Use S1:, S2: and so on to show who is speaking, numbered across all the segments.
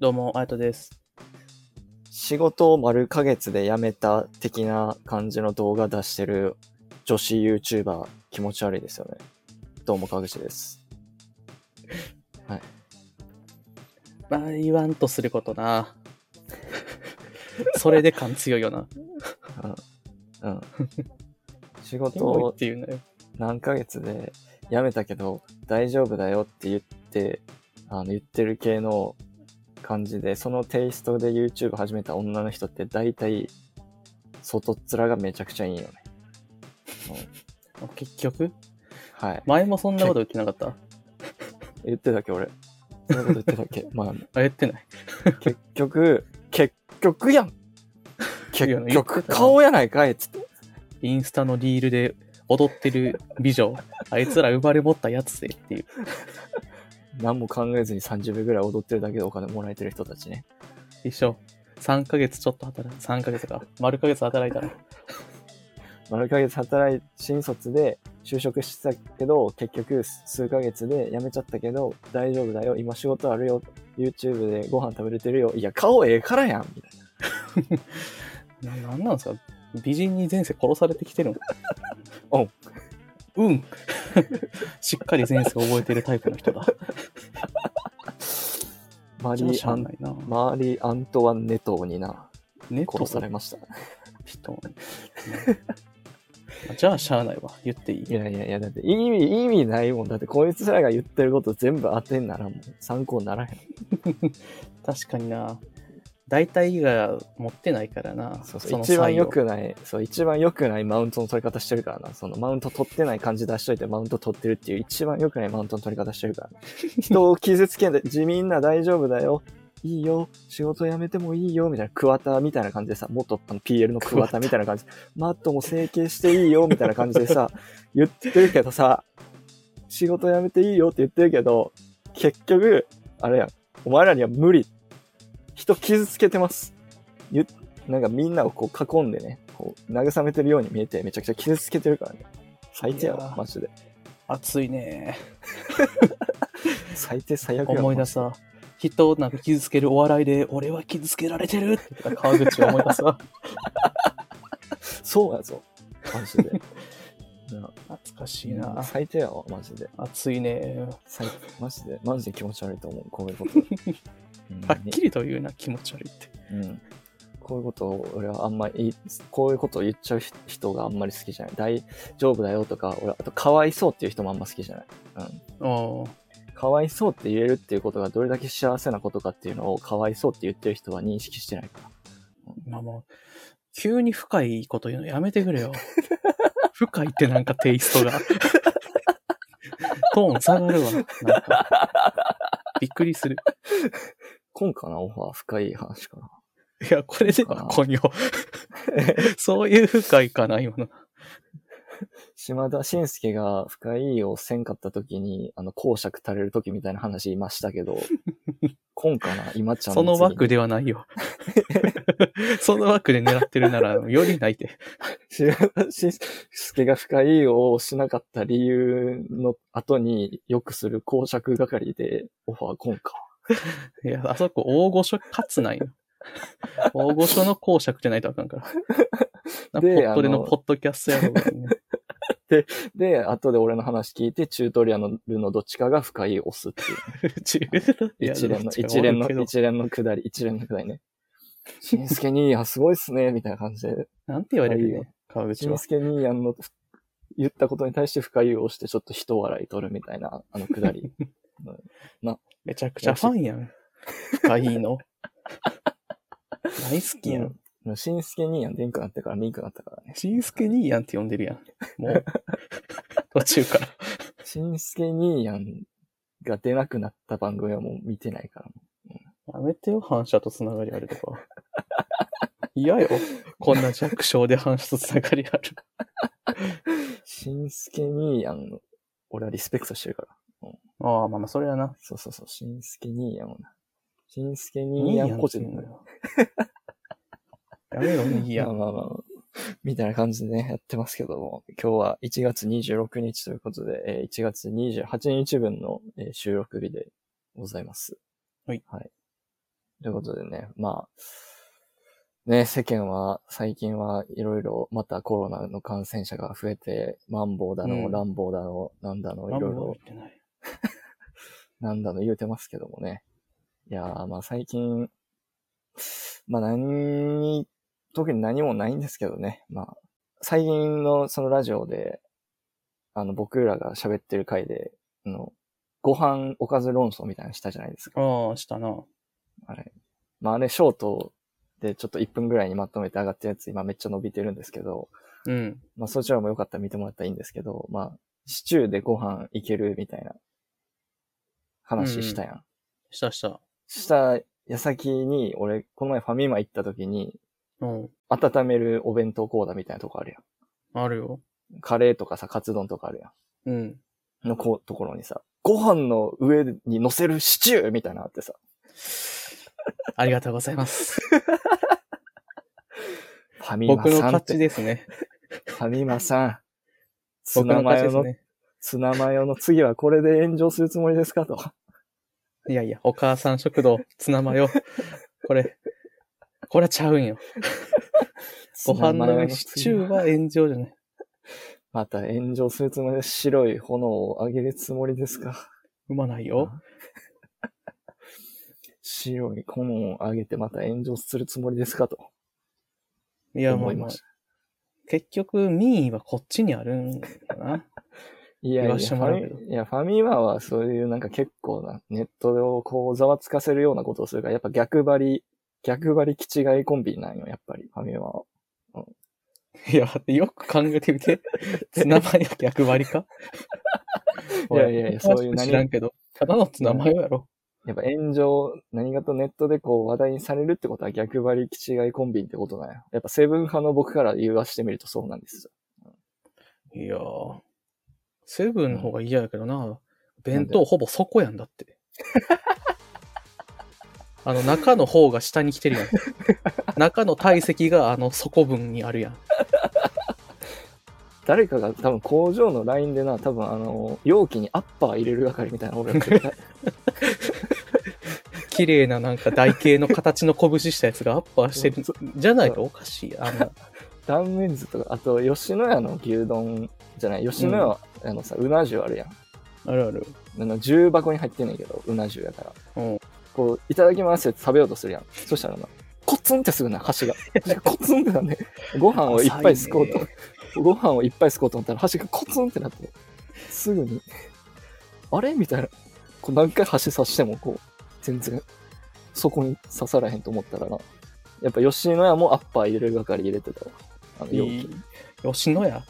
S1: どうも、あやとです。
S2: 仕事を丸ヶ月で辞めた的な感じの動画出してる女子 YouTuber 気持ち悪いですよね。どうも、川口です。
S1: まあ、言わんとすることな。 それで感強いよな。
S2: うん。仕
S1: キ
S2: 事
S1: モいっ
S2: を
S1: ていうのよ。
S2: 何ヶ月で辞めたけど大丈夫だよって言って、あの、言ってる系の感じで、そのテイストで YouTube 始めた女の人って大体、外っ面がめちゃくちゃいいよね。
S1: 結局
S2: はい。
S1: 前もそんなこと言ってなかった
S2: 言ってたっけ、俺。そんなこと言ってたっけ。まあ、
S1: あ、言ってない。
S2: 結局、結局や
S1: い
S2: ん。
S1: や
S2: 結
S1: 言って
S2: 局、
S1: たな
S2: 顔やないかいっつって。
S1: インスタのリールで踊ってる美女。あいつら生まれ持ったやつぜっていう。
S2: 何も考えずに30秒ぐらい踊ってるだけでお金もらえてる人たちね。
S1: 一緒。3ヶ月ちょっと働い3ヶ月か。丸ヶ月働いたら。
S2: 丸ヶ月働い、新卒で就職してたけど、結局数ヶ月で辞めちゃったけど、大丈夫だよ。今仕事あるよ。YouTube でご飯食べれてるよ。いや、顔ええからやん。みたい
S1: な
S2: な。
S1: なんなんですか美人に前世殺されてきてる
S2: お
S1: ん
S2: う。
S1: うん。 しっかり前世覚えてるタイプの人だ。
S2: マリ
S1: じゃあし
S2: ー・
S1: ゃ
S2: ア
S1: あ
S2: ン
S1: な、いな。
S2: マリー・アントワンネトにな、
S1: ネット
S2: 殺されました。
S1: 人 をねじゃあしゃあないわ言っていい
S2: いやいやいや、だって意味、意味ないもん。だってこいつらが言ってること全部当てんならもう参考にならへん。
S1: 確かにな大体が持ってないからな
S2: そう
S1: そ
S2: そう
S1: の
S2: 一番
S1: 才能
S2: 良くない、そう、一番良くないマウントの取り方してるからな。そのマウント取ってない感じ出しといてマウント取ってるっていう一番良くないマウントの取り方してる から。人を傷つけんで、地味な大丈夫だよ。いいよ。仕事辞めてもいいよ。みたいな、桑田みたいな感じでさ、元あの PL の桑田みたいな感じ。マットも整形していいよ。みたいな感じで さ、言ってるけどさ、仕事辞めていいよって言ってるけど、結局、あれやん。お前らには無理。人傷つけてます。言っなんかみんなをこう囲んでね、こう慰めてるように見えてめちゃくちゃ傷つけてるからね。最低や
S1: いや
S2: わ
S1: ー、
S2: マジで。
S1: 熱いね
S2: 最低最悪やわ
S1: 思い出すわ人をなんか傷つけるお笑いで俺は傷つけられてるって言った川口を思い出すわ
S2: そうやぞ。マジで。 な
S1: 懐かしいな
S2: 最低やわ、マジで。
S1: 熱いね
S2: 最マジで、マジで気持ち悪いと思う、こうい うこと。うん
S1: はっきりと言うな気持ち悪いって
S2: うん。こういうことを俺はあんまりいい、こういうことを言っちゃう人があんまり好きじゃない。大丈夫だよとか、俺、あと、かわいそうっていう人もあんま好きじゃない。うん。
S1: おー
S2: かわいそうって言えるっていうことがどれだけ幸せなことかっていうのをかわいそうって言ってる人は認識してないから。
S1: まあもう急に深いこと言うのやめてく れよ深いってなんかテイストがトーン下がるわなんかびっくりする
S2: 今かなオファー深い話かな。
S1: いや、これで
S2: あ
S1: は
S2: ー
S1: 今夜。そういう深いかな、今の。
S2: 島田紳介が深いをせんかった時に、あの、公爵垂れる時みたいな話いました けど、今かな今ちゃん
S1: その枠
S2: で。
S1: ではないよ。その枠で狙ってるなら、より泣いて。
S2: 島田紳介が深いをしなかった理由の後によくする公爵係でオファー今か。
S1: いや、あそこ大御所かつないよ。大御所の公爵じゃないとあかんから。なポ
S2: で
S1: ットで
S2: あ
S1: の
S2: の
S1: ポッドキャストやろうがね
S2: で、後で俺の話聞いて、チュートリアルのどっちかが深いを押すっていう。
S1: 一連
S2: 一連の、一連の、一連のくだり、一連のくだりね。しんすけ兄やんすごいっすね、みたいな感じで。
S1: なんて言われる
S2: いいよ
S1: ね、川
S2: し
S1: 口は
S2: ん。すけ兄やんの言ったことに対して深いをしてちょっと人笑い取るみたいな、あのくだ り。
S1: めちゃくちゃファンやん。深いの。大好きやん。
S2: うん。しんすけ兄やんでんくなってからミンクなったからね。
S1: しんすけ兄やんって呼んでるやん。も う。途中から。
S2: しんすけ兄やんが出なくなった番組はもう見てないか
S1: や
S2: ら。
S1: めてよ、反射とつながりあるとか。嫌よ。こんな弱小で反射とつながりある。
S2: しんすけ兄やんの、俺はリスペクトしてるから。
S1: ああ、まあまあ、それはな。
S2: そうそうそう、しんすけ兄やんをな。しんすけ
S1: い
S2: 兄
S1: い
S2: や
S1: やん
S2: んこ
S1: こ
S2: ち
S1: ち
S2: ん
S1: のよ。やめろ、いいや
S2: まあ
S1: ん。
S2: まあまあまあ。みたいな感じでね、やってますけども、今日は1月26日ということで、えー1月28日分の、えー収録日でございます。
S1: はい。
S2: はい。ということでね、まあ、ね、世間は、最近はいろいろ、またコロナの感染者が増えて、マンボウだの、
S1: うん
S2: 乱暴だの、なんだの、いろい
S1: 何も
S2: ろ
S1: 言ってない。
S2: なんだの言うてますけどもね。いやー、まあ最近、まあ何に、特に何もないんですけどね。まあ、最近のそのラジオで、あの僕らが喋ってる回で、あの、ご飯おかず論争みたいなのしたじゃないですか。
S1: ああ、したな。
S2: あれ。まああれ、ショートでちょっと1分ぐらいにまとめて上がったやつ今めっちゃ伸びてるんですけど、
S1: うん。
S2: まあそちらもよかったら見てもらったらいいんですけど、まあ、シチューでご飯いけるみたいな話したやん
S1: したした。
S2: した矢先に、俺、この前ファミマ行った時に、
S1: うん。
S2: 温めるお弁当コーナーみたいなとこあるや
S1: あるよ。
S2: ん。カレーとかさ、カツ丼とかあるや
S1: うん。
S2: ん。のこうところにさ、ご飯の上に乗せるシチューみたいなのあってさ、
S1: ありがとうござい ます。
S2: ファミマ
S1: 僕の
S2: さんっ
S1: 勝ち
S2: て、
S1: ですね。
S2: ファミマさん、ツ
S1: 僕
S2: ナ
S1: の
S2: マ
S1: 勝ちで
S2: ヨ
S1: す
S2: の、
S1: ね。
S2: ツナマヨの次はこれで炎上するつもりですかと。
S1: いやいや、お母さん食堂、ツナマヨ。これ、これちゃうんよ。 ご飯の上、シチュー
S2: ー。
S1: は炎上じゃない。
S2: また炎上するつもりです。白い炎を上げるつもりですか。
S1: うまないよ。
S2: 白い炎を上げてまた炎上するつもりですかと。
S1: いや、ま
S2: 思
S1: あ
S2: い
S1: まあ
S2: ました。
S1: 結局、民意はこっちにあるんだな。
S2: いや
S1: 言
S2: いや、
S1: わして
S2: フ
S1: もらうけ
S2: ァ
S1: ど
S2: ミいやファミマはそういうなんか結構なネットをこうざわつかせるようなことをするから、やっぱ逆張り、逆張り気違いコンビなんよ、やっぱりファミマは。
S1: いや、よく考えてみて。ツナマヨ逆割りか
S2: いやいやい
S1: 俺
S2: やそういう何
S1: 知らんけど。ただのツナマヨやろ。
S2: やっぱ炎上、何かとネットでこう話題にされるってことは逆張り気違いコンビってことなんや。やっぱセブン派の僕から言わしてみるとそうなんですよ。
S1: いやーセブンの方が嫌やけどな。弁当ほぼ底やんだって。 あの、中の方が下に来てる やん。中の体積があの底分にあるやん。
S2: 誰かが多分工場の LINE でな、多分あの、容器にアッパー入れる係みたいなの俺 ら絶対
S1: 綺麗ななんか台形の形の拳したやつがアッパーしてる。じゃないとおかしいやん。あの
S2: 断面図とか、あと吉野家の牛丼じゃない、吉野家は、あのさ、うな重あるやん。
S1: あるある。
S2: あの重箱に入ってんねんけど、うな重やから。
S1: うん
S2: こう、いただきますって食べようとするやん。そしたらな、コツンってすぐな、箸が。箸がコツンってなんで、ご飯をいっぱいすこう
S1: 浅い
S2: と、ご飯をいっぱいすこうと思ったら、箸がコツンってなって、すぐに、あれみたいな。こう何回箸刺しても、こう、全然、そこに刺さらへんと思ったらな。やっぱ吉野家もアッパー入れる係入れてたわ。あの容器
S1: いい吉野家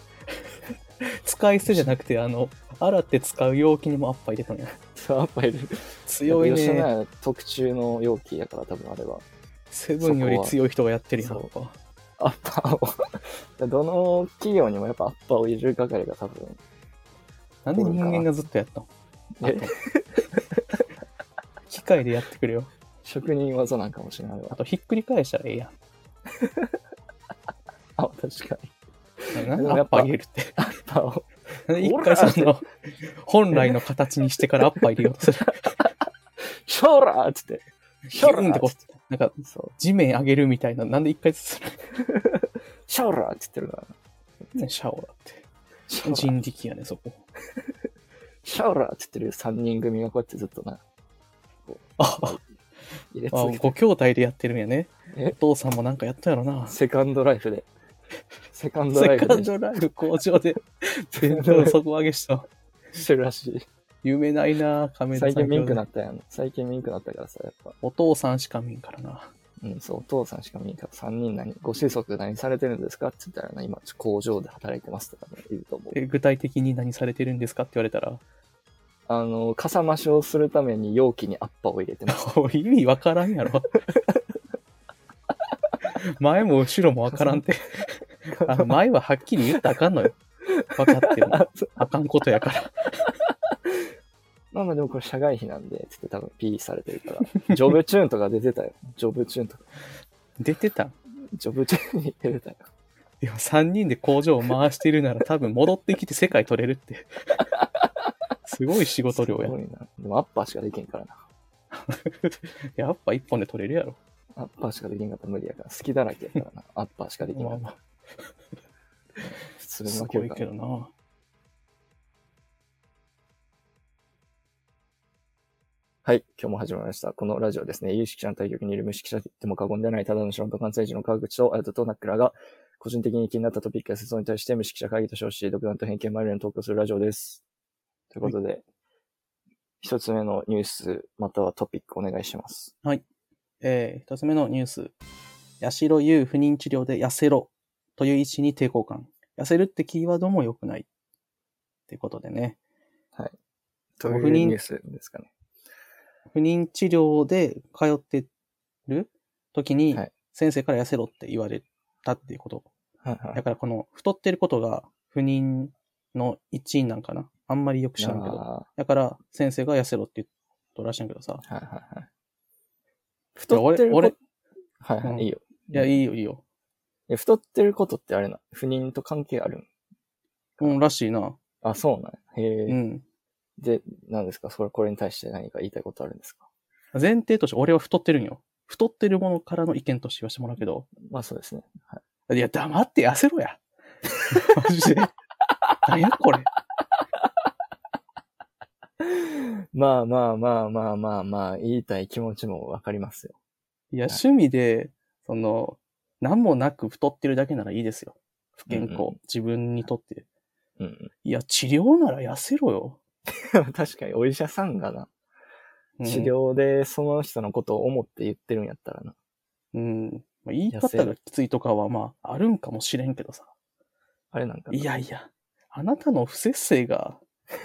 S1: 使い捨てじゃなくてあの洗って使う容器にもアッパー入れたのや
S2: そうアッパー入れる。
S1: 強い
S2: 吉
S1: ね
S2: 野家特注の容器やから、多分あれは。
S1: セブンより強い人がやってるやん
S2: そ
S1: やっぱ
S2: アッパーを どの企業にもやっぱアッパーを入れる係が多分
S1: なんで人間がずっとやったの
S2: え
S1: あと機械でやってくれよ
S2: 職人技なんかもしれないわ
S1: あとひっくり返したらええやん
S2: あ確かに
S1: なん
S2: で
S1: で
S2: も
S1: ア
S2: や
S1: ッ
S2: っ
S1: パ
S2: ぱ
S1: ー入れるって
S2: アッパーを
S1: なんで 一
S2: おら
S1: 回
S2: ー
S1: その本来の形にしてからアッパー入れよう とする
S2: ショーラーっつってショーラ
S1: うんっ
S2: ー
S1: て
S2: っ
S1: こ
S2: つっ
S1: うなんか
S2: てそう
S1: 地面上げるみたいななんで一回ずつする
S2: ショーラーっつってるから
S1: シャオラって
S2: ショーラー
S1: 人力やねそこ
S2: ショーラーっつってる3人組がこうやってずっとな
S1: あ
S2: 入れ
S1: あ
S2: 続けて
S1: ご兄弟でやってるんやね。
S2: え
S1: お父さんもなんかやったやろな。セ
S2: セカンドライフでセカンドライフ
S1: カン
S2: で
S1: ドライフ工場 で弁当底上げした。
S2: してるらしい
S1: 夢ないな、亀田
S2: 最
S1: さん。
S2: 近ミンクなったやん最近ミンクなったからさやっぱ
S1: お父さんしか見んからな。
S2: うん、そう、お父さんしか見えんから、3人何、ご子息何されてるんですかって言ったらな、今、工場で働いてますとかね、言うと思う。
S1: で具体的に何されてるんですかって言われたら、
S2: あの、かさ増しをするために容器にアッパーを入れて ます。
S1: 意味わからんやろ。前も後ろもわからんって。あの前ははっきり言ったらあかんのよ。わかってるの。あかんことやから。
S2: まあまあでもこれ社外費なんで、つって多分 P されてるから。ジョブチューンとか出てたよ。ジョブチューンとか。
S1: 出てたん
S2: ジョブチューンに出てたよ。
S1: いや、3人で工場を回してるなら多分戻ってきて世界取れるって。すごい仕事量や
S2: す。ごいな。でもアッパーしかできんからな。
S1: やっぱ一本で取れるやろ。
S2: アッパーしかできんかったら無理やから、好きだらけやからな、アッパーしかできん
S1: ま
S2: か
S1: あ
S2: った
S1: ま
S2: ら
S1: あ、
S2: 普通に
S1: す
S2: 負け
S1: ご
S2: る
S1: い
S2: か
S1: け
S2: ら
S1: ど。な。
S2: はい、今日も始まりました。このラジオですね、有識者の対局にいる無識者と言っても過言ではない、ただの素人関西人の川口と、あとトナックラが、個人的に気になったトピックや説問に対して無識者会議と称し、独断と偏見まみれの投稿するラジオです。ということで、一、つ目のニュース、またはトピックお願いします。
S1: えー、2つ目のニュース。八代優不妊治療で痩せろという意思に抵抗感。痩せるってキーワードも良くない。ってことでね。
S2: と
S1: う
S2: い
S1: いうう
S2: ニ
S1: ニュ
S2: ュ
S1: ー
S2: ースですかね。
S1: 不妊治療で通ってる時に
S2: はい、
S1: 先生から痩せろって言われたっていうこと。
S2: はいは
S1: だ
S2: い。
S1: からこの太ってることが不妊の一因なんかな。あんまりよく知らんけど。
S2: あ
S1: だから先生が痩せろって言ったらしいんやけどさ。
S2: ーはいはいは
S1: い
S2: い。
S1: や
S2: 太っ
S1: 俺
S2: てるこ
S1: 俺、い
S2: はいはい、
S1: うん
S2: いいよ。
S1: や、いいよ、いいよ。
S2: え太ってることってあれな、不妊と関係あるん
S1: うん、らしいな。
S2: あ、そうなんやへえ、
S1: うん。
S2: で、何ですかそれ、これに対して何か言いたいことあるんですか
S1: 前提として俺は太ってるんよ。太ってるものからの意見として言わせてもらうけど。
S2: まあそうですね。はい
S1: いや、黙って痩せろや。 マジで。何やこれ。
S2: まあまあまあまあまあまあ、言いたい気持ちもわかりますよ。
S1: いや、
S2: はい
S1: 趣味で、その、何もなく太ってるだけならいいですよ。不健康。
S2: うんう
S1: 自分にとって。
S2: うん。
S1: いや、治療なら痩せろよ。
S2: 確かにお医者さんがな、
S1: うん
S2: 治療でその人のことを思って言ってるんやったらな。
S1: うん。まあ、言い
S2: 痩せ
S1: 方
S2: る
S1: がきついとかは、まあ、あるんかもしれんけどさ。
S2: あれなんかな。
S1: いやいや、あなたの不節制が、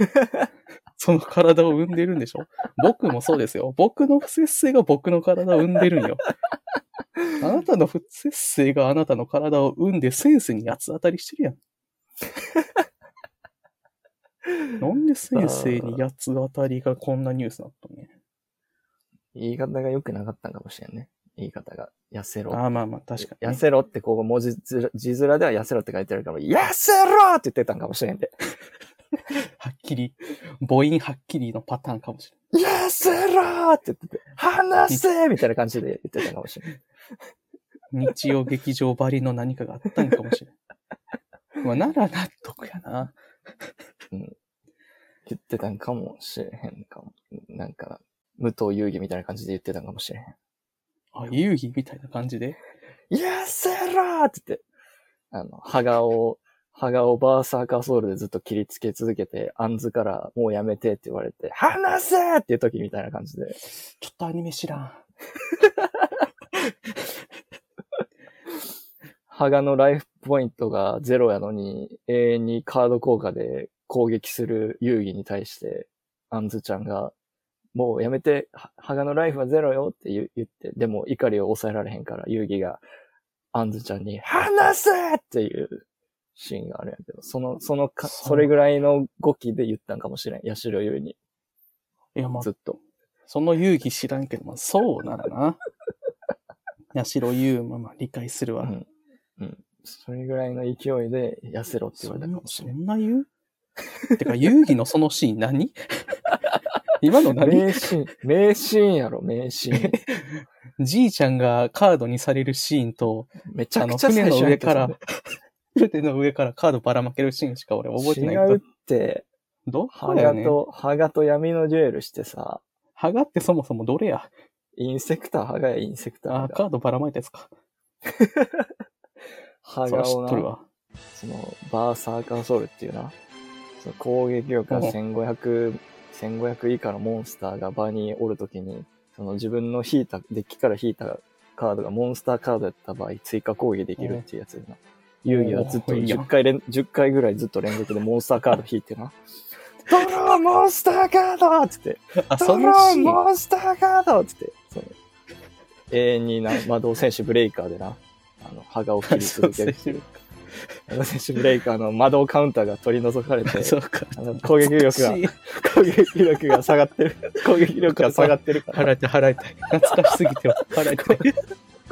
S1: その体を生んでるんでしょ僕もそうですよ。僕の不節制が僕の体を生んでる んよ。あなたの不節制があなたの体を生んでセンスに八つ当たりして るやん。なんで先生に八つ当たりがこんなニュースだったのね。
S2: 言い方が良くなかったんかもしれんね。言い方が。痩せろ。
S1: ああまあまあ確かに、
S2: 痩
S1: ね。
S2: せろってこう文字ずら字面では痩せろって書いてあるから、痩せろって言ってたんかもしれんで。
S1: はっきり、母音はっきりのパターンかもしれない。
S2: 痩せろって言ってて、話せみたいな感じで言ってたかもしれん。
S1: 日曜劇場ばりの何かがあったんかもしれん。まあ、 なら納得やな。
S2: 言ってたんかもしれへんかも。なんか、武藤遊戯みたいな感じで言ってたんかもしれへん。
S1: あ、遊戯みたいな感じで。
S2: 痩せろって言って、あの、羽顔を、羽顔をバーサーカーソウルでずっと切りつけ続けて、アンズからもうやめてって言われて、話せっていう時みたいな感じで、
S1: ちょっとアニメ知らん。
S2: 羽賀のライフポイントがゼロやのに、永遠にカード効果で攻撃する遊戯に対して、アンズちゃんが、もうやめて、は羽賀のライフはゼロよって言う言って、でも怒りを抑えられへんから、遊戯が、アンズちゃんに、話せっていうシーンがあるんやけど、その、そのか、
S1: そう
S2: それぐらいの語気で言ったんかもしれん。ヤシロユウに、
S1: いや、まあ
S2: ず、っと。
S1: その遊戯知らんけど、まあ、そうならな。 八代優馬、まあ、理解する
S2: う
S1: わ。
S2: ん。うん。それぐらいの勢いで、痩せろって言われたかもし
S1: そ
S2: れん。
S1: んな言うてか、遊戯のそのシーン何 今の何
S2: 名シーン、名シーンやろ、名シーン。
S1: じいちゃんがカードにされるシーンと、
S2: めちゃ
S1: あ
S2: く
S1: の、
S2: ちゃ
S1: 船の
S2: 最初や
S1: 上
S2: けど
S1: か
S2: ね
S1: ら、船の上からカードばらまけるシーンしか俺覚えてないけ
S2: 違う
S1: ど
S2: っ。て、
S1: ど
S2: ハ
S1: こや
S2: ガ
S1: ねん。
S2: と、ハガと闇のデュエルしてさ、
S1: ハガってそもそもどれや
S2: インセクター、ハガやインセクター
S1: あ、
S2: ハ
S1: カ
S2: ガ。
S1: ードばらまいたやつか。
S2: ハ
S1: それ
S2: ガ
S1: は知
S2: を
S1: っとる
S2: な、
S1: わ。
S2: その、バーサーカーソウルっていうな、その攻撃力が
S1: うん
S2: 1500、1500以下のモンスターが場におるときに、その自分の引いた、デッキから引いたカードがモンスターカードやった場合、追加攻撃できるっていうやつでな。遊戯はずっと
S1: おーいいやん
S2: 10回連、10回ぐらいずっと連続でモンスターカード引いてな。ドローモンスターカードっつって。
S1: あ、
S2: ド
S1: その
S2: ロー
S1: シーン。
S2: モンスターカードっつって、その永遠にな、魔導戦士ブレイカーでな、あの、羽がを切り続けるっていう。魔導戦士ブレイカーの魔導カウンターが取り除かれて、
S1: そうか。
S2: あの攻撃 力
S1: 懐
S2: が、
S1: かしい
S2: 攻撃力が下がってる。攻撃力が下がってる から、
S1: 払いたい、払いたい。懐かしすぎて払いたい。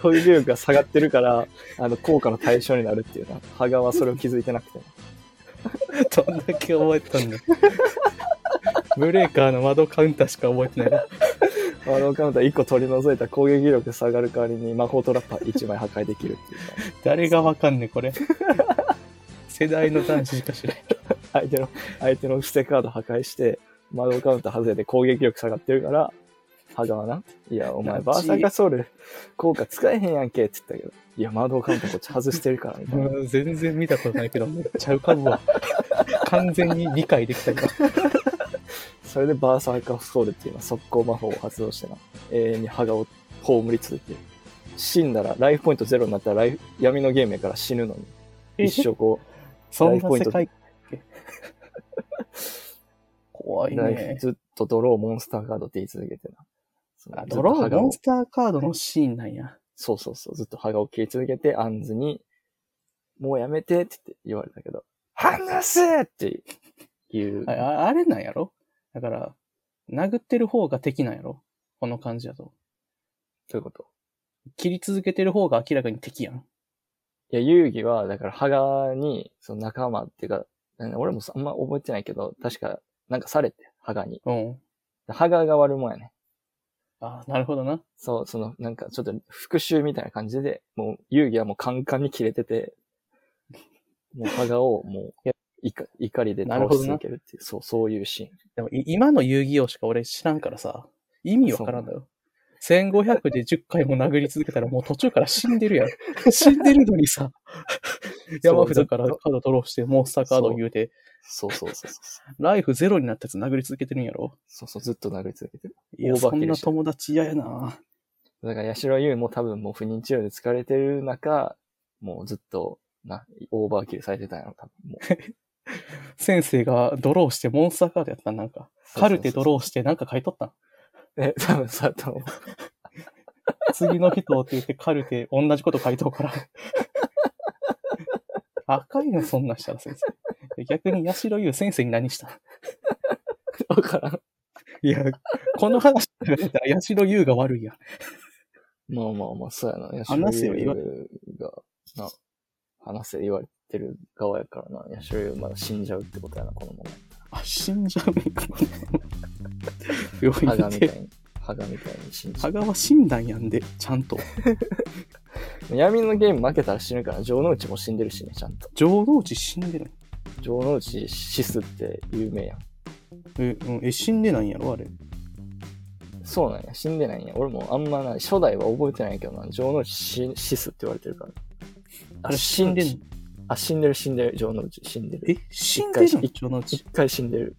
S2: 攻撃力が下がってるから、あの、効果の対象になるっていうな。羽賀はそれを気づいてなくて。
S1: どんだ け覚えてたんだ。ブレーカーの窓カウンターしか覚えてない。
S2: ワードカウンター1個取り除いた攻撃力下がる代わりに魔法トラッパー1枚破壊できるっていうの
S1: 誰がわかんねえ、これ。 世代の男子しか知らん。
S2: 相手の、相手の伏せカード破壊して、マドカウンター外れて攻撃力下がってるから、羽川な。いや、お前、
S1: ラチ
S2: バーサーカソウル、効果使えへんやんけ、って言ったけど。いや、マドカウンターこっち外してるから、みたいな。
S1: うん全然見たことないけど、めっちゃ浮かぶわ。完全に理解できた今。
S2: それでバーサーカソウルっていうのは速攻魔法を発動してな。永遠に羽川を葬り続ける。死んだら、ライフポイントゼロになったらライフ、闇のゲームやから死ぬのに。一生こう、
S1: そん
S2: ライフ
S1: な
S2: ポイン
S1: 世
S2: ト
S1: 界怖い
S2: ライ
S1: ね
S2: フ。ずっとドローモンスターカードって言い続けてな。その
S1: あドロ
S2: ずっ
S1: ー
S2: と
S1: ンモ
S2: 羽川
S1: ンスターカードのシーンなんや。
S2: そうそうそう、ずっと歯を切り続けて、アンズに、もうやめてって言われたけど、離せっていう、
S1: あああれなんやろだから、殴ってる方が敵なんやろこの感じだと。
S2: ということ。
S1: 切り続けてる方が明らかに敵やん。
S2: いや、遊戯は、だから、ハガに、その仲間っていうか、なんか俺もさあんま覚えてないけど、確か、なんかされて、ハガに。
S1: うん。
S2: ハガが悪者やね。
S1: あなるほどな。
S2: そう、その、なんか、ちょっと復讐みたいな感じで、もう、遊戯はもうカンカンに切れてて、もう、ハガを、もう、いか怒りで倒し続けるっていう、そう、そういうシーン。
S1: でもい今の遊戯王しか俺知らんからさ、意味わからんだよ。1500で10回も殴り続けたらもう途中から死んでるや ん。死んでるのにさ、山札からカードドローしてモンスターカードを言うて、
S2: そうそうそうそうそう。
S1: ライフゼロになったやつ殴り続けてるんやろ
S2: そうそう、ずっと殴り続けてる。
S1: いや、
S2: オーバ
S1: そ
S2: ーキ
S1: ん
S2: ル
S1: な
S2: してる
S1: 友達嫌やな
S2: だから、八代優も多分もう不妊治療で疲れてる中、もうずっと、な、オーバーキルされてたんやろ、多分 もう。
S1: 先生がドローしてモンスターカードやったなんか。カルテドローしてなんか買い取ったん
S2: え、多分そうだと思う。
S1: 次の人って言ってカルテ同じこと書いとうから。 赤いのそんなんしたら先生。逆に八代優先生に何したん
S2: わからん。
S1: いや、この話が出たら八代優が悪いやん。
S2: まあまあまあ、そうやな。八
S1: 話せよ
S2: 代優が、な、話せ言われてる側やからな。八代優まだ死んじゃうってことやな、このま
S1: あ、死んじゃうねんか。病
S2: ま。
S1: 院
S2: 羽がみた
S1: で。
S2: いに、羽がみたいに死んじゃ
S1: 羽川死んだんやんで、ちゃんと。
S2: う。闇のゲーム負けたら死ぬから、城之内も死んでるしね、ちゃんと。
S1: 城之内死んでない。
S2: 城之内シスって有名やん。
S1: え、うん、え死んでないんやろあれ。
S2: そうなんや、死んでないんや。俺もあんまな、初代は覚えてないけどな、城之内死死すって言われてるから。
S1: あれ死んでんの
S2: あ、死んでる死んでる、城之内死んでる。
S1: え、死んでるの
S2: 一
S1: 城之内
S2: 一。回死んでる。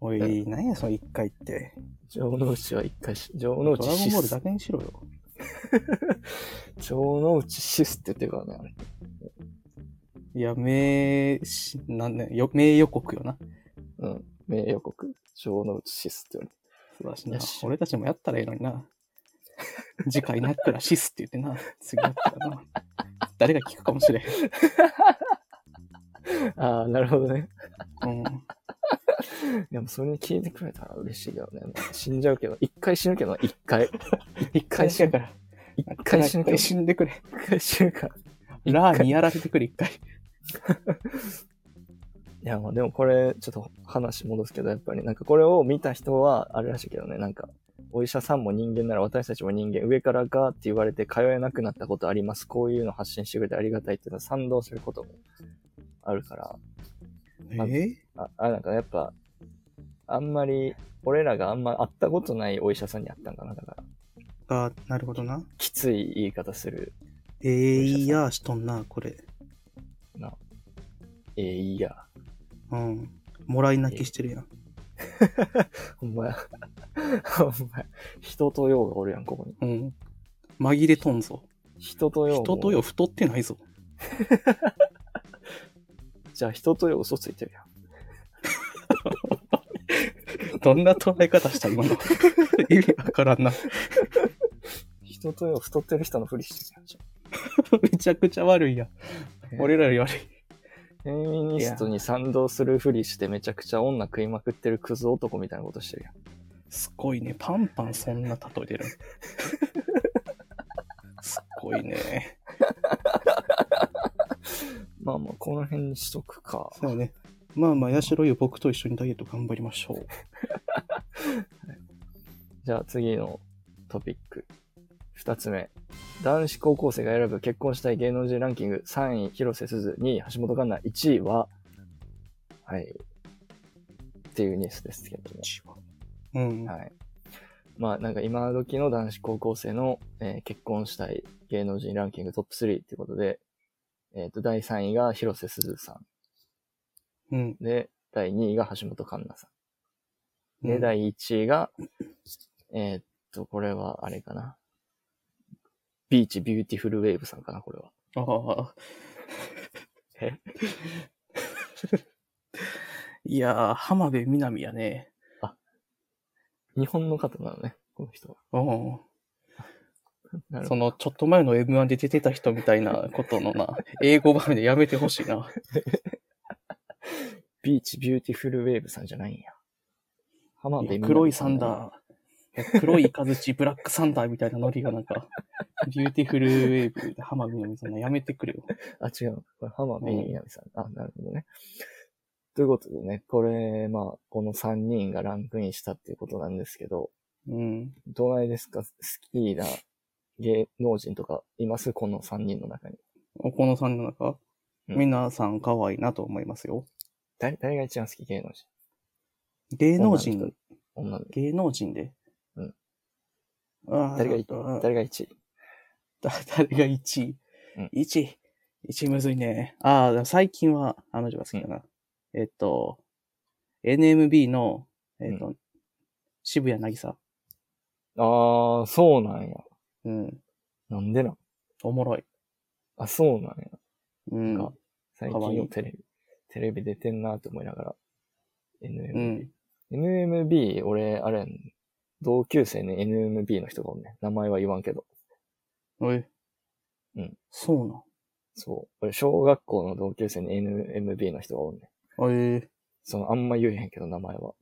S1: おい、何やその一回って。
S2: 城之内は一回死、城
S1: ドラ
S2: 之
S1: ゴン
S2: 内死
S1: ボール
S2: す
S1: だ。けにしろよ。
S2: 城之内死すって言ってるからね、あれ。
S1: いや、名、しなんね、よ名予告よな。
S2: うん。名予告。城之内死すって言われてる。
S1: 素晴らしいな
S2: よし。
S1: 俺たちもやったらええのにな。 次回なったらシスって言ってな。次やったらな。誰が聞くかもしれん。
S2: ああ、なるほどね。
S1: うん。
S2: でもそれに聞いてくれたら嬉しいけどね。死んじゃうけど、一回死ぬけどな、一回。
S1: 一回しやから。
S2: 一
S1: 一
S2: 回死ぬけど、
S1: 回
S2: 一
S1: 死んでくれ。
S2: 回死ぬから。
S1: ラーにやらせてくれ、一回。
S2: いや、まあでもこれ、ちょっと話戻すけど、やっぱりなんかこれを見た人は、あれらしいけどね、なんか、お医者さんも人間なら私たちも人間、上からガーって言われて通えなくなったことあります。こういうの発信してくれてありがたいっていうのは賛同することもあるから、
S1: え
S2: あ、あなんかやっぱ、あんまり、俺らがあんま会ったことないお医者さんに会ったんかな、だから、
S1: あ、なるほどな。
S2: きつい言い方する、
S1: ええいやしとんな、これ。
S2: ええいいや。
S1: うん。もらい泣きしてるやん。
S2: ほんまや。 ほんまや。人と用がおるやん、ここに。
S1: うん。紛れとんぞ。
S2: 人と用も。
S1: 人とよ、太ってないぞ。
S2: じゃあ人と用嘘ついてるやん。
S1: どんな捉え方した、今の。 意味わからんな。
S2: 人とよ太ってる人のふりしてるじ
S1: めちゃくちゃ悪いやん。
S2: ゃ ん。
S1: 俺らより悪い。
S2: フェミニストに賛同するふりしてめちゃくちゃ女食いまくってるクズ男みたいなことしてるやん。
S1: すごいね。パンパンそんな例え 出る。すごいね。
S2: まあまあ、この辺にしとくか。
S1: そうね。まあまあ、やしろよ、僕と一緒にダイエット頑張りましょう。
S2: じゃあ次のトピック。二つ目。男子高校生が選ぶ結婚したい芸能人ランキング3位、広瀬すず、2位、橋本環奈、1位は、はい。っていうニュースですけども。
S1: うん。
S2: はい。まあなんか今時の男子高校生の、えー結婚したい芸能人ランキングトップ3っていうことで、えっ、と、第3位が広瀬すずさ
S1: うん。
S2: ん。で、第2位が橋本環奈さん。
S1: う
S2: で、
S1: ん
S2: 第1位が、えっと、これはあれかな。ビーチビューティフルウェーブさんかな、これ
S1: あ
S2: は。
S1: あ。
S2: え
S1: いやー、浜辺美波やね。
S2: 日本の方なのね、この人
S1: う
S2: は。
S1: ん。
S2: なる
S1: そ
S2: ほど。
S1: の、ちょっと前の M1 で出てた人みたい なことのな、英語版でやめてほしいな。
S2: ビーチビューティフルウェーブさんじゃないんや。浜辺美波
S1: 黒いサン
S2: だな
S1: ダー。黒い雷ブラックサンダーみたいなノリがなんか、ビューティフルウェーブで浜辺美波さんのやめてくれよ。
S2: あ、違う。これ、浜辺美波さん。あ、なるほどね。ということでね、これ、まあ、この3人がランクインしたっていうことなんですけど、
S1: うん。
S2: どないですか好きな芸能人とかいますこの3人の中に。
S1: おこのさんの中、
S2: うん
S1: 皆さん可愛いなと思いますよ。
S2: 誰、誰が一番好き芸能人
S1: 芸能
S2: 女の
S1: 人、
S2: 女の人。
S1: 芸能人で。
S2: うん
S1: あー。
S2: 誰がい
S1: あー
S2: 誰が1位
S1: だ 誰が1位
S2: うん。
S1: 1位。1位むずいね。ああ、でも最近は、あの人が好きだな。えっと、NMB の、えっと、渋谷なぎさ。
S2: あー、そうなんや。
S1: うん。
S2: なんでなん
S1: おもろい。
S2: あ、そうなんや。
S1: うん。
S2: か最
S1: かわい
S2: 近の
S1: い
S2: テレビ、テレビ出てんなと思いながら。NMB。
S1: うん。
S2: NMB、俺、あれやん、同級生に NMB の人がおんねん。名前は言わんけど。
S1: おい。
S2: うん。
S1: そうなん。
S2: そう。俺、小学校の同級生に NMB の人がおんねん。
S1: あええ
S2: その、あんま言えへんけど、名前は。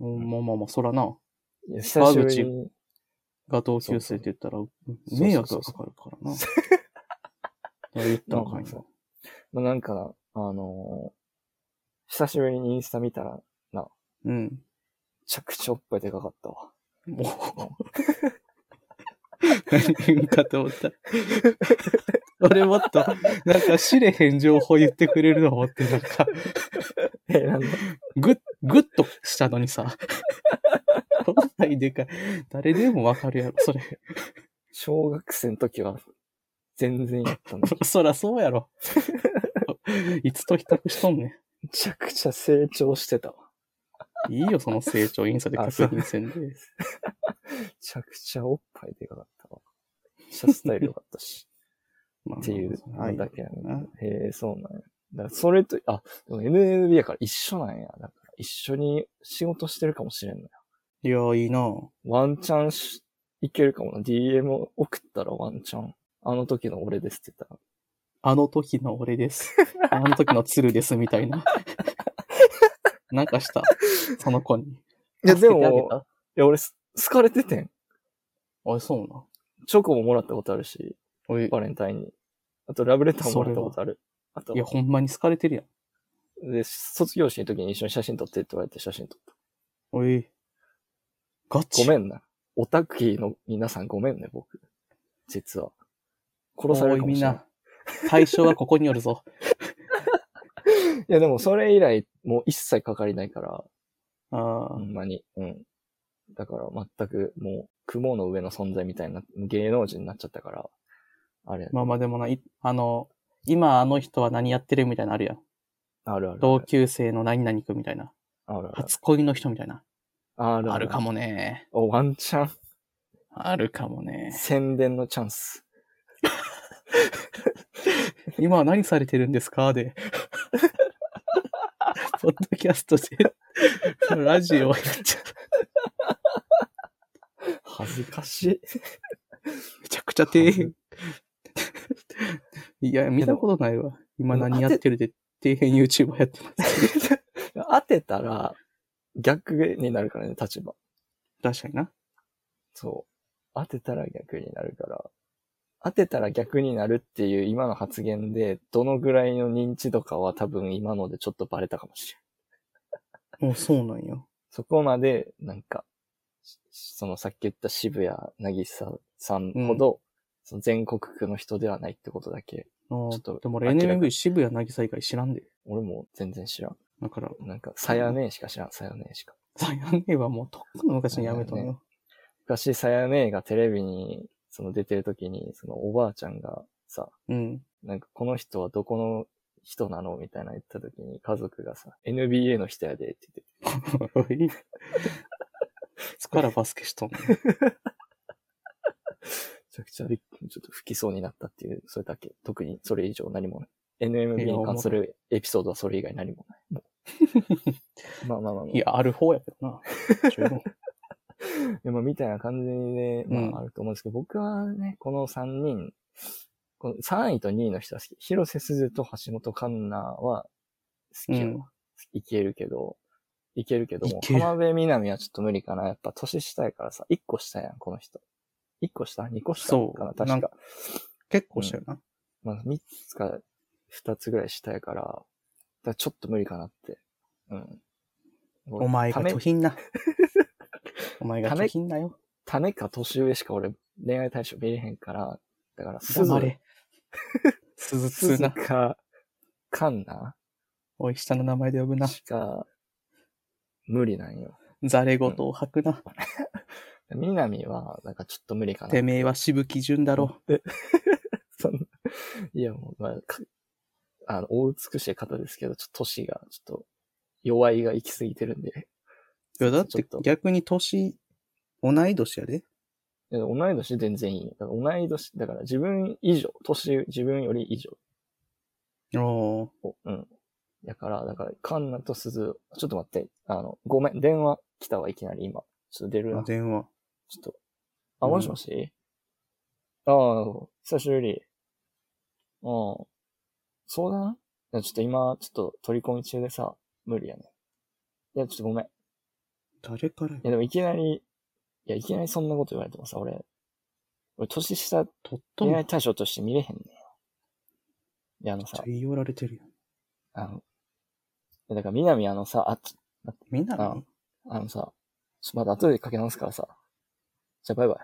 S1: うんまあまあまあ、そらな。
S2: いや久しぶり
S1: 川
S2: に、
S1: が同級生って言ったら、
S2: う
S1: 迷惑がかかるからな。 あ言ったんかい
S2: そう
S1: な。
S2: まあ、なんかな、あのー久しぶりにインスタ見たら、め
S1: うん。
S2: ちゃくちゃおっぱいでかかったわ。
S1: もう。何言うんかと思った。俺もっと、なんか知れへん情報言ってくれるの思って、なんか、
S2: え、なんで
S1: ぐっ、ぐっとしたのにさ。こんなんでかい。誰でもわかるやろ、それ。
S2: 小学生の時は、全然や ったのに。
S1: そらそうやろ。いつと比較しとんねん。
S2: めちゃくちゃ成長してたわ。
S1: いいよ、その成長、インスタで確認せんで。
S2: めちゃくちゃおっぱいでかかったわ。めっちゃスタイル良かった し。
S1: まあ
S2: っていう
S1: は
S2: の
S1: い。
S2: だけやね
S1: はい。
S2: へえ、そうなんや。だからそれと、あ、でも NMB やから一緒なんや。だから一緒に仕事してるかもしれんのよ。
S1: いや、いいな
S2: ワンチャンし、いけるかもな。DM を送ったらワンチャン。あの時の俺ですって言ったら。
S1: あの時の俺 です。あの時の鶴です、みたいな。なんかした、その子に。
S2: いや、で
S1: 助けてあげ
S2: も、
S1: た
S2: いや、俺す、好かれててん。
S1: あれ、そうな。
S2: チョコももらったことあるし、
S1: おい、い
S2: バレンタインに。あと、ラブレターももらったことある。あと、
S1: や、ほんまに好かれてるやん。
S2: で、卒業式の時に一緒に写真撮ってって言われて写真撮った。
S1: おい。ガチ。
S2: ごめんな。オタクキーの皆さんごめんね、僕。実は。殺され
S1: お
S2: るか
S1: い
S2: も
S1: み
S2: し
S1: ん
S2: れない
S1: な。対象はここによるぞ。
S2: いや、でもそれ以来、もう一切かかりないから、
S1: あ
S2: ほんまに。うん。だから全くもう、雲の上の存在みたいな、芸能人になっちゃったから、あれ
S1: あ、、まあまあでもな、いあの、今あの人は何やってるみたいなのあるやん。
S2: あるある。
S1: 同級生の何々くんみたいな。
S2: あるある。
S1: 初恋の人みたいな。
S2: ある
S1: あるか
S2: も。
S1: もね。
S2: お、ワンチャン。
S1: あるかもね。
S2: 宣伝のチャンス。
S1: 今は何されてるんですかで。 ポッドキャストで、ラジオやっちゃう
S2: 恥ずかしい。
S1: めちゃくちゃ底 辺。いや、見たことないわ。今何やってるで、底辺 YouTuber やってます。
S2: 当てたら、逆になるからね、立場。
S1: 確かにな。
S2: そう。当てたら逆になるから。当てたら逆になるっていう今の発言で、どのぐらいの認知度かは多分今のでちょっとバレたかもしれん。
S1: もうそうなんよ。
S2: そこまで、なんか、そのさっき言った渋谷渚さんほど、その全国区の人ではないってことだけ、
S1: あー
S2: ちょっと
S1: でも
S2: 明ら
S1: 俺
S2: か
S1: NMV 渋谷渚以外知らんで。
S2: 俺も全然知らん。
S1: だから、
S2: なんか、さやねえしか知らん、さやねえしか。
S1: ザヤネはもうとっくの昔にやめたのよ。
S2: 昔、さやねえがテレビに、その出てる時に、そのおばあちゃんがさ、
S1: うん。
S2: なんかこの人はどこの人なのみたいな言った時に家族がさ、NBA の人やでって言って、
S1: おい いつからバスケしとんの
S2: めちゃくちゃびっくりちょっと吹きそうになったっていう、それだけ。特にそれ以上何もない。NMB に関するエピソードはそれ以外何もない。もう まあまあまあ、まあ、
S1: いや、ある方やけ どな。十分
S2: でもみたいな感じで、
S1: うん
S2: まああると思うんですけど、僕はね、この3人、この3位と2位の人は好き。広瀬すずと橋本環奈は好きよ、
S1: うん
S2: いけるけど、いけるけども
S1: い、ける
S2: 浜辺美波はちょっと無理かな。やっぱ年下やからさ、1個下やん、この人。1個下 ?2 個下
S1: そう
S2: か
S1: な
S2: な、確
S1: ん
S2: か
S1: か。結構したよな。
S2: まあ、3つか2つぐらい下やから、だからちょっと無理かなって。うん。俺
S1: お前
S2: た
S1: が
S2: め
S1: 拒否んな。お前が拒否んなよ。
S2: ためか年上しか俺恋愛対象見れへんから、だから、す
S1: 黙
S2: ず
S1: れ。鈴
S2: す
S1: 通
S2: ず
S1: な。
S2: か、かんな
S1: おい、下の名前で呼ぶな。
S2: しか、無理なんよ。
S1: ざれ言を吐くな。
S2: みなみは、なんかちょっと無理かな。
S1: てめえはしぶき順だろ。
S2: そんないや、もう、まあ、かあの、大美しい方ですけど、ちょっと年が、ちょっと、弱いが行き過ぎてるんで。
S1: いや、だって
S2: ちょっと
S1: 逆に年、同い年やで。
S2: いや同い年全然いいよ。だから同い年、だから自分以上、年、自分より以上。
S1: おー
S2: おうん。だから、だから、カンナと鈴、ちょっと待って、あの、ごめん、電話来たわ、いきなり今。ちょっと出るな。ちょ
S1: 電話。
S2: っと。あ、
S1: うん
S2: もしもし、ああ、久しぶり。うん。相談いや、ちょっと今、ちょっと取り込み中でさ、無理やね。いや、ちょっとごめん。い
S1: 誰からや
S2: や、でもいきなり、いや、いきなりそんなこと言われてもさ、俺、俺、年下
S1: とっと
S2: 恋
S1: も
S2: 愛対象として見れへんねんよ。で、あの
S1: じ
S2: さ
S1: ゃ、言い寄られてるやん。
S2: あの、いやだから、南あのさ、あ、ち
S1: みんな
S2: ああのさ、ちょまた後でかけ直すからさ。じゃあ、バイバイ。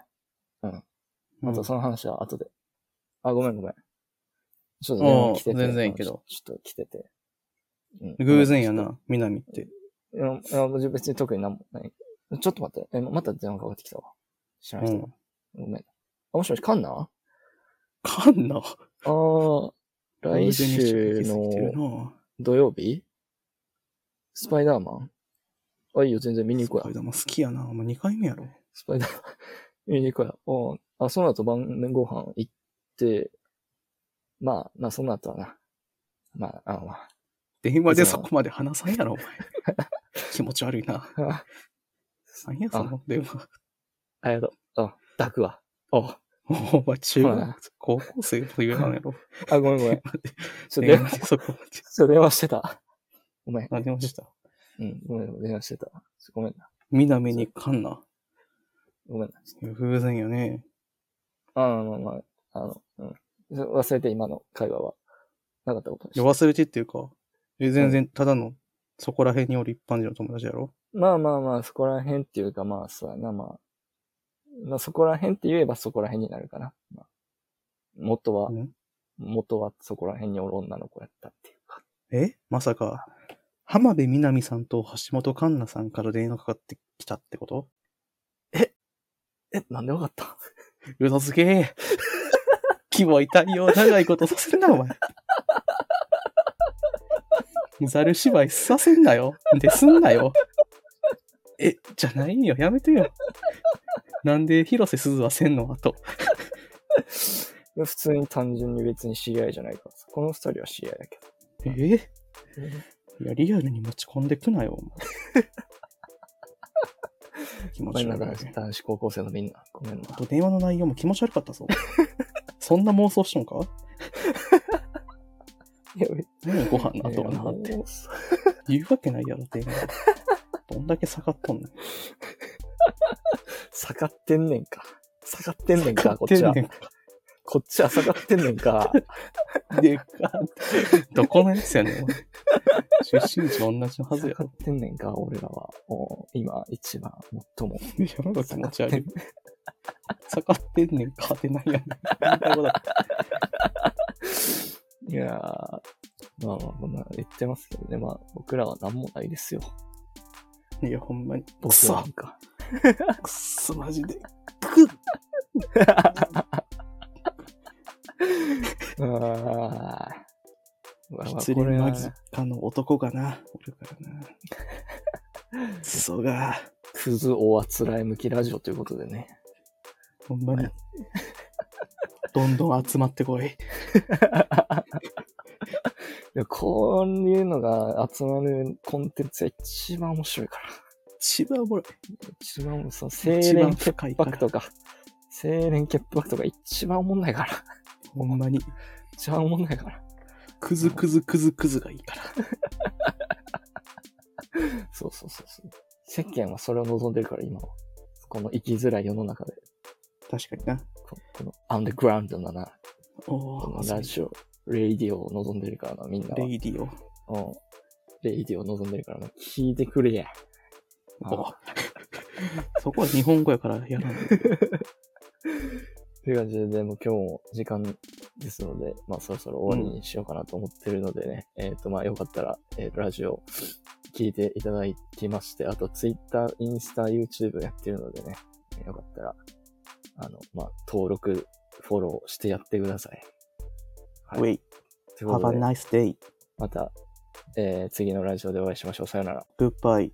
S1: うん
S2: またその話は後で。あ、ごめんごめん。ちょっと
S1: おう
S2: ね、来てて。
S1: 全然いいけど
S2: ちょ。ちょっと来てて。うん
S1: 偶然や。な、みなみって。
S2: いや、いや別に特になんもない。ちょっと待って。え、また電話かかってきたわ。知らな
S1: う
S2: い人
S1: ん
S2: が。。ごめん。あ、もしもし、カンナ
S1: かんな。
S2: あー、来
S1: 偶然
S2: 週
S1: にして行き過ぎてる
S2: の
S1: な
S2: 土曜日スパイダーマンあ、いいよ、全然見に行こうや
S1: スパイ。ダーマン好きやな。お前2回目やろ。
S2: スパイダーマン見に行こうや。あ、その後晩ご飯行って、まあ、まあその後はな。まあ、あのまあ
S1: 電話でそこまで話さんやろ、お前。 気持ち悪いな。
S2: あ、
S1: 何や、その電話。
S2: ありがとう。あ、抱くわ。あ、
S1: お前、中
S2: ほら
S1: 学、高校生と言えなんや ろ。
S2: あ、ごめ んごめん。ちょ、
S1: 電
S2: 電
S1: 話
S2: 話、
S1: でそこまで。
S2: ちょ電話してた。ごめん。
S1: 何をした
S2: うん、ごめん、電話してた。ごめんな。
S1: みなみにかんな。
S2: ごめんな。
S1: 偶然やね。
S2: あまあまあまあ、あの、うん。そ忘れて、今の会話は。なかったことに
S1: いや
S2: して。
S1: 忘れてっていうか、え全然、ただの、そこら辺におる一般人の友達やろ。
S2: まあまあまあ、そこら辺っていうか、まあ、そうやな、まあ。まあ、そこら辺って言えばそこら辺になるかな。まあ、元は、
S1: うん
S2: 元はそこら辺におる女の子やったっていうか。
S1: えまさか、浜辺美波さんと橋本環奈さんから電話かかってきたってこと
S2: え、なんでわかった
S1: 嘘つけ気も痛いよ。長いことさせんな、お前。ざる芝居させんなよ。ですんなよ。え、じゃないよ。やめてよ。なんで広瀬すずはせんのあと。
S2: いや普通に単純に別に知り合いじゃないからさ。この二人は知り合いだけ
S1: え
S2: ど。
S1: いや、リアルに持ち込んでくなよ、お前 気持
S2: ごめ
S1: ち
S2: んな、
S1: 悪い
S2: 男。子男子高校生のみんな。ごめんな。
S1: あと電話の内容も気持ち悪かったぞ。そんな妄想しとんか
S2: いや、別
S1: 何ご飯の後はなって。
S2: て。
S1: 言うわけないやろ、電話。どんだけ下がっとんねん。
S2: 下がってんねんか。下がってんねんか、こっ
S1: 天
S2: ちは。
S1: 然
S2: こっちは下がってんねん か。
S1: でか。どこのやつやねん。出身地同じのはず
S2: 下
S1: や
S2: が
S1: ろ。
S2: ってんねんか、俺らは。お今、一番、最も。
S1: やっぱ気持ち悪い。下がってんねんかってなんやねん。言いたいことだ
S2: いやー、まあまあまあまあ、言ってますけどね。まあ、僕らは何もないですよ。
S1: いや、ほんまに。く
S2: 僕
S1: そ
S2: らな、んか。
S1: くそ、マジで。くっ
S2: あーまあ。まあ
S1: 失
S2: これ
S1: 恋
S2: は
S1: 間近の男がな、おるからな。クソが、
S2: クズおあつらい向きラジオということでね。
S1: ほんまに。どんどん集まってこい。
S2: いやこういうのが集まるコンテンツが一番面白いから。
S1: 一番おもろい。
S2: 一番、その、清廉潔
S1: 深いから
S2: 白とか、清廉潔白とか一番おもんないから。
S1: ほんまに。
S2: 一番おもんないから。
S1: くずくずくずくずがいいから。
S2: そうそうそうそう。世間はそれを望んでるから、今は。この生きづらい世の中で、
S1: 確かにな。
S2: ここのアンダーグラウンドなな、
S1: お
S2: この
S1: ー、
S2: ラジオ、レイディオを望んでるからな、みんな
S1: レ
S2: は。
S1: イディオ。
S2: うん。レイディオを望んでるからな、聞いてくれや。
S1: おー そこは日本語やからやらない。
S2: という感じで、でも今日も時間ですので、まあそろそろ終わりにしようかなと思ってるのでね、えっ、とまあよかったら、えーラジオ聞いていただきまして、あと Twitter、インスタ、YouTube やってるのでね、えーよかったら、あの、まあ登録、フォローしてやってください。はい
S1: ウェイ。
S2: というこ
S1: Have
S2: と
S1: a
S2: で、
S1: nice day.
S2: また、えー次のラジオでお会いしましょう。さよなら。
S1: Goodbye.